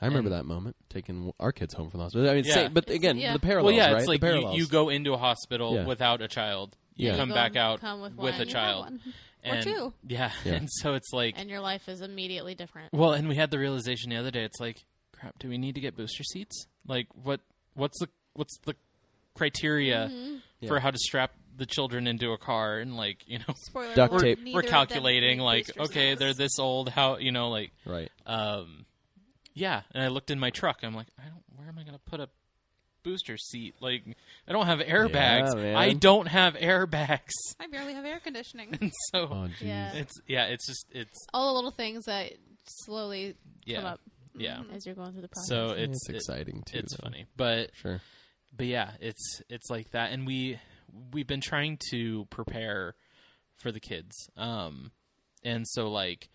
A: I remember that moment taking our kids home from the hospital. I mean,
D: Yeah.
A: same, but
B: It's-
A: again,
B: yeah.
A: the parallels,
D: well yeah
A: right?
D: it's
A: the
D: like you,
A: parallels.
D: you go into a hospital
A: Yeah.
D: without a child
A: Yeah.
D: you come
B: You go
D: back
B: and
D: out
B: come with
D: with,
B: one.
D: a
B: You have
D: child
C: one.
D: and
C: two.
D: Yeah.
A: Yeah.
D: and so it's like,
B: and your life is immediately different.
D: well, and we had the realization the other day. It's like, crap, do we need to get booster seats? Like, what? What's the what's the criteria
B: Mm-hmm.
D: for
A: Yeah.
D: how to strap the children into a car? And like, you know,
C: Spoiler
A: Duct
C: alert,
A: tape.
C: neither
D: we're
C: of them
D: calculating
C: need
D: like,
C: booster
D: okay,
C: shots.
D: they're this old. How you know, like,
A: Right.
D: um, yeah. And I looked in my truck. I'm like, I don't. Where am I going to put a booster seat? Like, I don't have airbags.
A: man.
D: I don't have airbags.
C: I barely have air conditioning.
D: And so
A: Oh, jeez.
B: Yeah.
D: it's yeah, it's just it's
B: All the little things that slowly come
D: yeah,
B: up
D: yeah.
B: as you're going through the process.
D: So
A: It's,
D: it's it-
A: exciting too.
D: it's
A: though.
D: funny, but
A: Sure.
D: but yeah, it's it's like that, and we we've been trying to prepare for the kids, um, and so like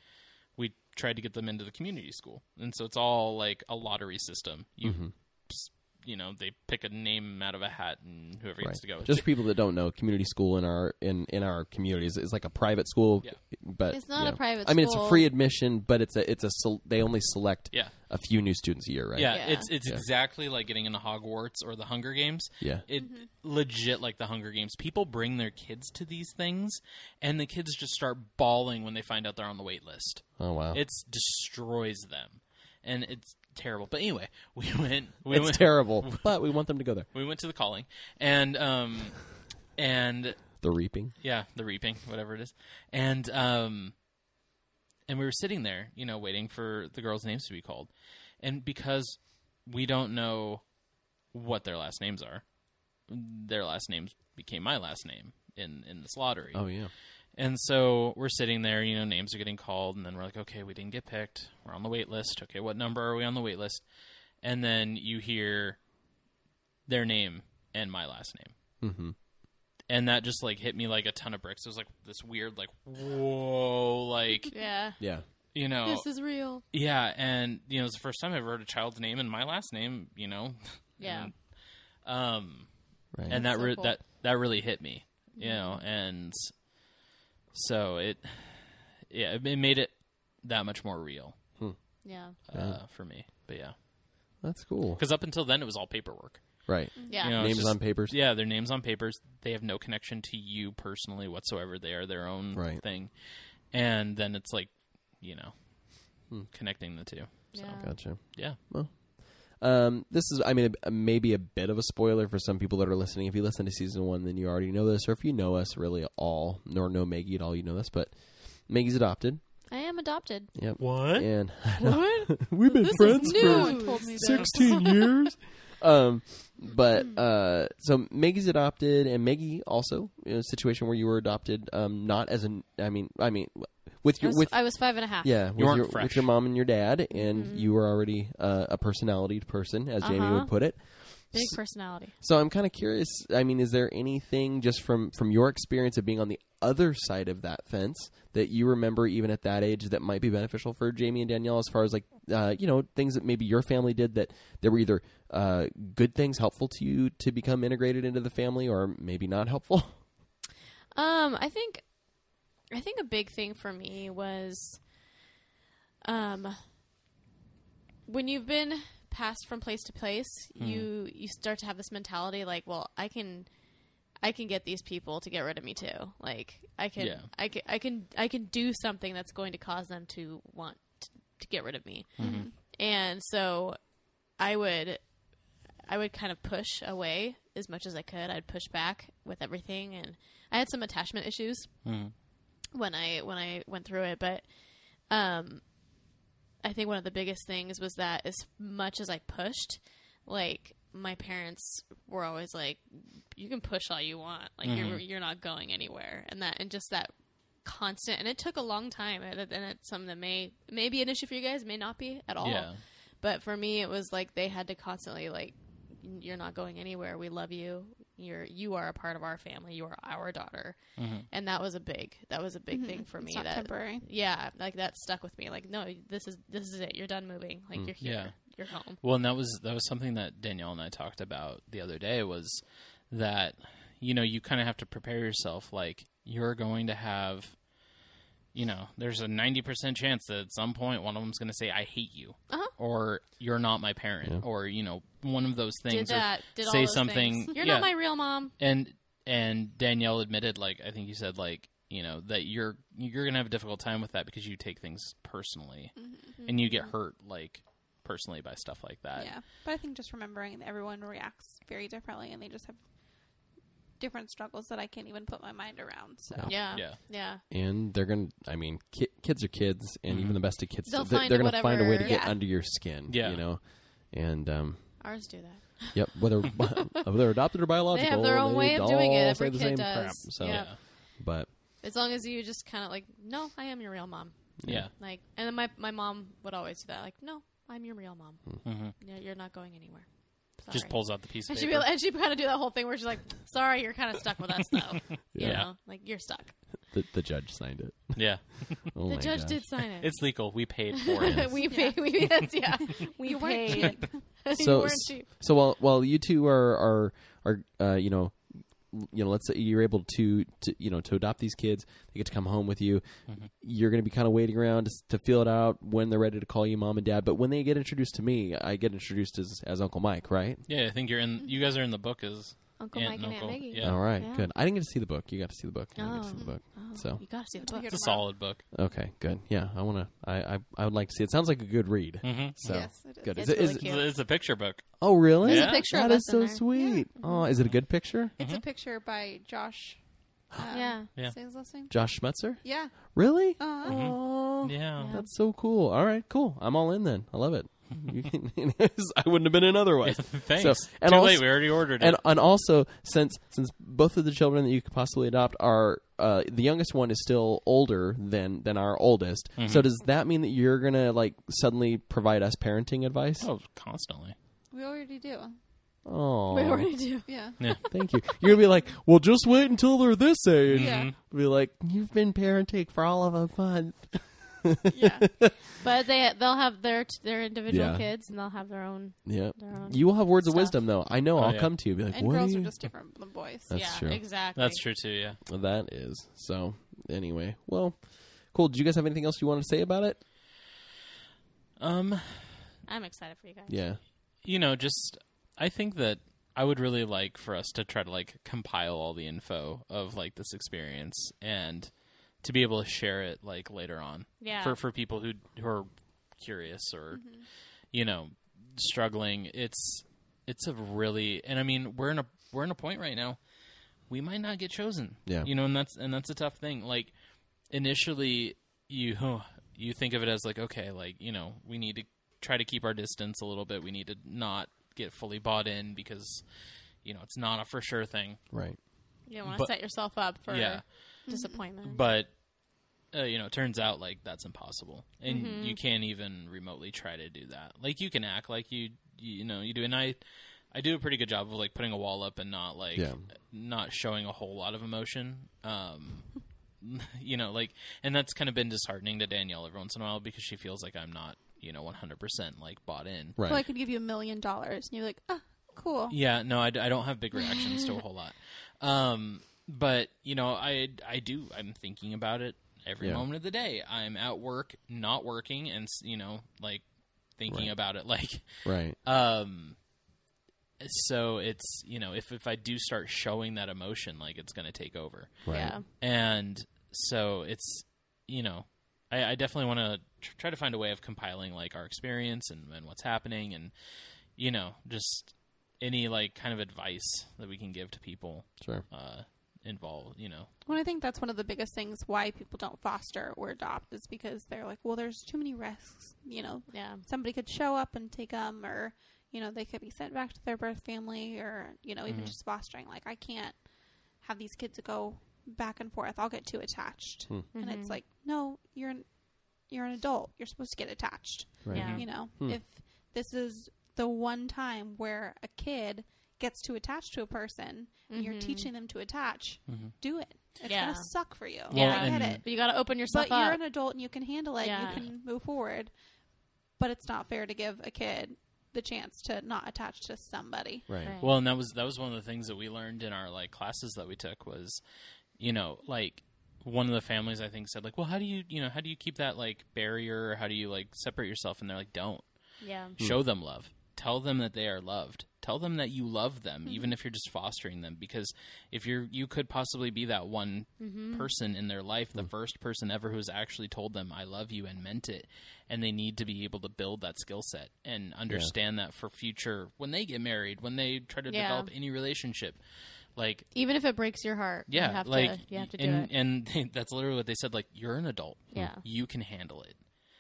D: we tried to get them into the community school, and so it's all like a lottery system. You
A: Mm-hmm.
D: s- you know they pick a name out of a hat, and whoever
A: Right.
D: gets to go.
A: Just for people that don't know, community school in our in in our communities is like a private school,
D: Yeah.
A: but
B: It's not
A: you
B: a
A: know.
B: private
A: I mean, it's a
B: school.
A: free admission, but it's a it's a sel- they only select
D: yeah.
A: a few new students a year, right?
D: Yeah,
B: Yeah.
D: it's it's exactly like getting into Hogwarts or the Hunger Games.
A: Yeah.
D: It legit like the Hunger Games. People bring their kids to these things and the kids just start bawling when they find out they're on the wait list.
A: Oh wow.
D: It destroys them. And it's terrible. But anyway, we went we
A: it's
D: went
A: terrible, but we want them to go there.
D: we went to the calling and um and
A: The reaping.
D: yeah, the reaping, whatever it is. And um and we were sitting there, you know, waiting for the girls' names to be called. And because we don't know what their last names are, their last names became my last name in in this lottery.
A: Oh yeah.
D: And so we're sitting there, you know, names are getting called, and then we're like, okay, we didn't get picked. We're on the wait list. Okay, what number are we on the wait list? And then you hear their name and my last name.
A: Mm-hmm.
D: And that just like hit me like a ton of bricks. It was like this weird, like, whoa, like,
B: yeah,
A: Yeah.
D: you know.
B: this is real.
D: Yeah, and you know, it's the first time I've heard a child's name and my last name, you know.
B: Yeah.
D: And, um
A: Right.
D: and
B: That's
D: that
B: so
D: re-
B: cool.
D: that that really hit me, you know, and so it yeah, it, it made it that much more real
B: Yeah,
D: uh, for me. But yeah.
A: That's cool.
D: Cuz up until then it was all paperwork.
A: Right.
B: yeah.
D: You know, it's
A: Names
D: just-
A: on papers.
D: Yeah, their names on papers. They have no connection to you personally whatsoever. They are their own
A: Right.
D: thing. And then it's like, you know, connecting the two. So,
B: Yeah.
A: Gotcha.
D: yeah.
A: Um, this is, I mean, a, maybe a bit of a spoiler for some people that are listening. If you listen to season one, then you already know this, or if you know us really at all, nor know Maggie at all, you know this. But Maggie's adopted.
B: I am adopted.
A: Yep.
D: What?
A: And
B: What?
A: we've been
B: this
A: friends
B: is
A: for
B: new. No one told me this.
A: 16 years. Um, but uh, so Maggie's adopted, and Maggie also in a situation where you were adopted, um, not as an, I mean, I mean, with
B: I
A: your
B: was,
A: with
B: I was five and a half.
A: yeah, with
D: weren't
A: your, with
D: fresh.
A: your mom and your dad, and you were already uh, a personality person, as Jamie
B: Uh-huh.
A: would put it.
B: big personality.
A: So I'm kind of curious. I mean, is there anything just from from your experience of being on the other side of that fence that you remember even at that age that might be beneficial for Jamie and Danielle as far as like uh, you know things that maybe your family did that that were either uh, good things helpful to you to become integrated into the family or maybe not helpful?
B: Um, I think, I think a big thing for me was, um, when you've been passed from place to place, you you start to have this mentality like, well, I can, I can get these people to get rid of me too. Like, I can,
D: Yeah.
B: I can, I can, I can do something that's going to cause them to want to, to get rid of me. And so, I would I would kind of push away as much as I could. I'd push back with everything, and I had some attachment issues when I when I went through it. But um, I think one of the biggest things was that as much as I pushed, like my parents were always like, "You can push all you want, like you're you're not going anywhere," and that and just that constant. And it took a long time, and it- and it's something that may may be an issue for you guys, may not be at all.
D: Yeah.
B: But for me, it was like they had to constantly like, "You're not going anywhere. We love you. You're you are a part of our family. You are our daughter."
D: Mm-hmm.
B: And that was a big that was a big thing for me.
C: Mm-hmm. It's not
B: that
C: temporary.
B: yeah, like that stuck with me. Like no, this is this is it. You're done moving. Like you're here.
D: Mm, Yeah.
B: You're home.
D: Well, and that was that was something that Danielle and I talked about the other day was that you know you kind of have to prepare yourself like you're going to have you know there's a 90% chance that at some point one of them's going to say I hate you
B: Uh-huh.
D: or you're not my parent or you know one of those
B: Did
D: things or
B: that? Did all
D: say
B: those
D: something
B: things. You're
D: yeah.
B: not my real mom.
D: and and Danielle admitted like I think you said like you know that you're you're gonna have a difficult time with that because you take things personally
B: Mm-hmm.
D: and you get hurt like personally by stuff like that.
C: yeah, Uh, but I think just remembering that everyone reacts very differently, and they just have different struggles that I can't even put my mind around. So
B: Yeah.
D: Oh, Yeah.
B: Yeah.
A: and they're gonna. I mean, ki- kids are kids, and even the best of kids,
B: They'll
A: they-
B: find
A: they're gonna find a way to
B: whatever-
A: get
C: Yeah.
A: under your skin.
D: Yeah.
A: you know, and um,
B: Ours do that.
A: yep, whether whether adopted or biological,
B: They have their own
A: they
B: way of doing it.
A: all
B: Every
A: say the
B: kid
A: same
B: does.
A: crap. So,
B: Yeah.
A: but
B: As long as you just kind of like, no, I am your real mom.
D: Yeah.
B: Like, and then my my mom would always do that. Like, no, I'm your real mom.
D: Mhm.
B: Yeah, you're not going anywhere. Sorry.
D: Just pulls out the piece of
B: And
D: paper.
B: she'd, be, and she'd kind of do that whole thing where she's like, sorry, you're kind of stuck with us, though. You
A: Yeah.
B: know, like, you're stuck.
A: the, the judge signed it.
D: yeah.
A: Oh
B: the
A: my
B: judge
A: gosh.
B: did sign it.
D: It's legal. We paid for it.
B: we paid. We, yes, yeah. We
C: You weren't
B: paid.
C: cheap.
B: you
A: so
B: weren't
A: s-
B: cheap.
A: so while while you two are are are uh, you know you know let's say you're able to, to you know to adopt these kids they get to come home with you
B: Mm-hmm.
A: you're going to be kind of waiting around to, s- to feel it out when they're ready to call you mom and dad but when they get introduced to me i get introduced as as uncle mike right
D: Yeah, I think you're in. You guys are in the book as
B: Uncle
D: Aunt
B: Mike
D: and
B: and
D: Uncle-
B: Aunt Maggie.
D: yeah.
A: all right
B: Yeah.
A: good i didn't get to see the book you got to see the book I didn't get to
B: Oh.
A: see the book
B: Oh,
A: So-
B: you gotta see the book.
C: We'll hear
D: it's a
C: tomorrow.
D: solid book.
A: okay good yeah i want to I, I i would like to see it sounds like a good read
B: Mm.
D: Mm-hmm.
A: so
C: yes, it is.
A: good is
B: It's
A: it is
B: really
D: It's,
B: cute.
D: a- it's a picture book.
A: oh really
D: There's a Yeah.
B: picture
A: That
B: of
A: is
B: us in
A: so
B: there. Yeah.
A: sweet oh is it a good picture
C: It's a picture by Josh. um,
B: Yeah.
D: Yeah.
C: say his last name.
A: josh schmetzer
C: Yeah.
A: really
C: Uh,
A: Aw.
D: Yeah.
B: Oh, Yeah.
A: That's so cool. All right, cool. I'm all in then. I love it.
B: Mm-hmm.
A: You can- I wouldn't have been in otherwise.
D: Thanks.
A: So- and
D: Too
A: also-
D: late. We already ordered it.
A: And and also since since both of the children that you could possibly adopt are uh, the youngest one is still older than than our oldest.
B: Mm-hmm.
A: So does that mean that you're gonna like suddenly provide us parenting advice?
D: oh, constantly.
C: we already do.
A: Oh,
B: We already do.
C: Yeah.
A: thank you. You're gonna be like, well, just wait until they're this age.
C: Yeah.
A: Be like, you've been parenting for all of a month.
C: Yeah.
B: But they they'll have their t- their individual
A: Yeah.
B: kids, and they'll have their own.
A: Yeah,
B: Their own
A: you will have words of
B: Stuff.
A: wisdom though. I know.
D: Oh,
A: I'll
D: yeah.
A: come to you. Be like,
C: And
A: what? do
C: girls are
A: you-
C: just different than boys.
A: That's
B: yeah,
A: true.
B: exactly.
D: That's true too. Yeah.
A: Well, That is. So, anyway, well, cool. Did you guys have anything else you wanted to say about it?
D: Um,
B: I'm excited for you guys.
A: Yeah.
D: you know, just I think that I would really like for us to try to like compile all the info of like this experience and to be able to share it like later on.
B: Yeah. Mm-hmm.
D: For for people who who are curious or you know, struggling, it's it's a really and I mean, we're in a we're in a point right now. We might not get chosen.
A: Yeah.
D: You know, and that's and that's a tough thing. Like initially you you think of it as like okay like you know we need to try to keep our distance a little bit we need to not get fully bought in because you know it's not a for sure thing
A: Right.
B: You don't want to
D: But-
B: set yourself up for
D: Yeah.
B: disappointment.
D: but uh, you know it turns out like that's impossible and you can't even remotely try to do that like you can act like you you know you do and i i do a pretty good job of like putting a wall up and not like
A: Yeah.
D: not showing a whole lot of emotion um you know like and that's kind of been disheartening to danielle every once in a while because she feels like i'm not you know 100% like bought in
A: Right.
C: Well, I could give you a million dollars, and you're like, ah, cool.
D: yeah, no, I, d- I don't have big reactions to a whole lot. Um, but you know, I I do. I'm thinking about it every
A: Yeah.
D: moment of the day. I'm at work, not working, and s- you know, like thinking
A: Right.
D: about it. Like,
A: right.
D: um, so it's you know, if if I do start showing that emotion, like it's going to take over
A: Right.
B: Yeah.
D: and so it's you know i, I definitely want to tr- try to find a way of compiling like our experience and, and what's happening and you know just any like kind of advice that we can give to people
A: Sure.
D: uh involved you know
C: Well, I think that's one of the biggest things why people don't foster or adopt is because they're like, well, there's too many risks. You know,
B: Yeah.
C: somebody could show up and take them, or you know, they could be sent back to their birth family, or you know, even
D: Mhm.
C: just fostering. Like, I can't have these kids go back and forth. I'll get too attached,
A: Hmm.
C: and
B: Mm-hmm.
C: it's like, no, you're an, you're an adult. You're supposed to get attached.
A: Right.
B: Yeah.
C: You know,
A: Hmm.
C: if this is the one time where a kid gets too attached to a person, and you're
B: Mhm.
C: teaching them to attach,
A: Mm-hmm.
D: Mhm.
C: do it. It's
B: Yeah.
C: gonna suck for you.
D: Well,
C: I get
D: and-
C: it.
B: But you got to open yourself
C: But you're
B: up.
C: an adult and you can handle it.
B: Yeah.
C: You can move forward. But it's not fair to give a kid the chance to not attach to somebody.
A: Right.
B: Right.
D: well and that was that was one of the things that we learned in our like classes that we took was you know like one of the families i think said like well how do you you know how do you keep that like barrier how do you like separate yourself and they're like don't
B: yeah.
D: show them love tell them that they are loved. Tell them that you love them,
B: Hmm.
D: even if you're just fostering them, because if you're you could possibly be that one
B: Mm-hmm. Hmm.
D: person in their life, the first person ever who's actually told them I love you and meant it, and they need to be able to build that skill set and understand that for future when they get married, when they try to
B: Yeah.
D: develop any relationship. Like
B: Even if it breaks your heart,
D: yeah,
B: you have
D: like
B: to, you have to do
D: and,
B: it.
D: and they, that's literally what they said. Like you're an adult.
B: Yeah.
D: you can handle it.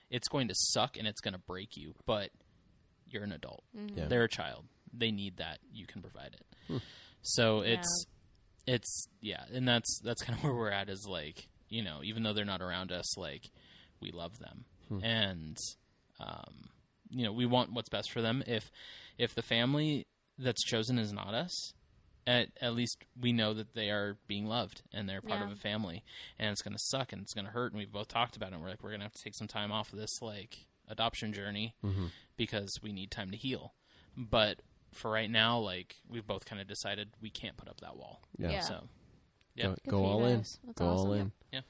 D: It's going to suck and it's going to break you, but you're an adult.
B: Mm-hmm.
A: Yeah.
D: They're a child. They need that. You can provide it. So it's it's yeah, and that's that's kind of where we're at. Is like you know, even though they're not around us, like we love them and um, you know we want what's best for them. If if the family that's chosen is not us, at, at least we know that they are being loved and they're part
B: Yeah.
D: of a family and it's going to suck and it's going to hurt and we've both talked about it and we're like we're going to have to take some time off of this like adoption journey because we need time to heal but for right now like we've both kind of decided we can't put up that wall
A: Yeah.
B: Yeah.
D: so yeah
A: Go, go
B: for you
A: all in.
B: guys. That's
A: Go all
B: awesome.
A: in.
D: Yeah.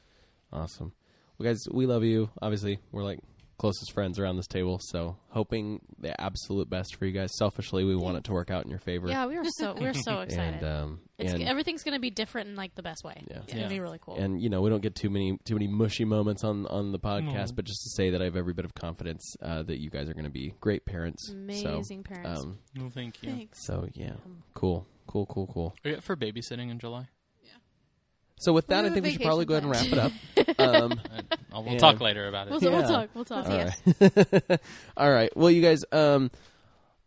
A: Awesome. Well, guys, we love you. Obviously, we're like closest friends around this table, so hoping the absolute best for you guys. Selfishly, we want it to work out in your favor.
B: Yeah, we were so we were so excited.
A: And um,
B: it's,
A: and,
B: everything's going to be different in like the best way.
A: Yeah.
B: It's going
D: Yeah.
B: to be really cool.
A: and you know we don't get too many too many mushy moments on on the podcast, but just to say that I have every bit of confidence uh, that you guys are going to be great parents.
B: Amazing
A: so,
B: parents. Um,
A: Um,
D: well thank you
C: Thanks.
A: so yeah, cool, cool, cool, cool.
D: are you up for babysitting in july
A: So with
C: We
A: that, I
C: have a
A: think we should probably go ahead and wrap
C: vacation
A: it up. Um,
D: Uh, I'll- we'll
A: Yeah.
D: talk later about it
B: we'll,
A: Yeah.
B: we'll talk. We'll talk.
A: All right. All right. Well, you guys. Um,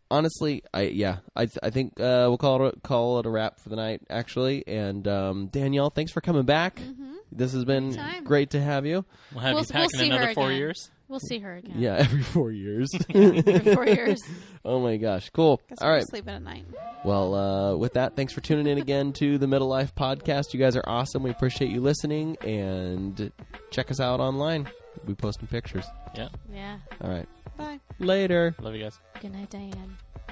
A: honestly, I yeah, I th- I think uh, we'll call it a, call it a wrap for the night, actually. And um, Danielle, thanks for coming back.
C: Mm-hmm.
A: This has been
C: Anytime.
A: great to have you.
D: we'll have
B: We'll-
D: you back
B: we'll
D: in
B: see her
D: another four
B: again.
D: years
B: We'll see her again.
A: Yeah, every four years.
B: For four years.
A: oh my gosh, cool.
C: Guess
A: All
C: we're
A: right.
C: sleeping at night.
A: Well, uh, with that, thanks for tuning in again to the Middle Life Podcast. You guys are awesome. We appreciate you listening, and check us out online. We post some pictures.
D: yeah
B: Yeah.
A: All right.
C: Bye.
A: Later.
D: love you guys
B: Good night, Diane.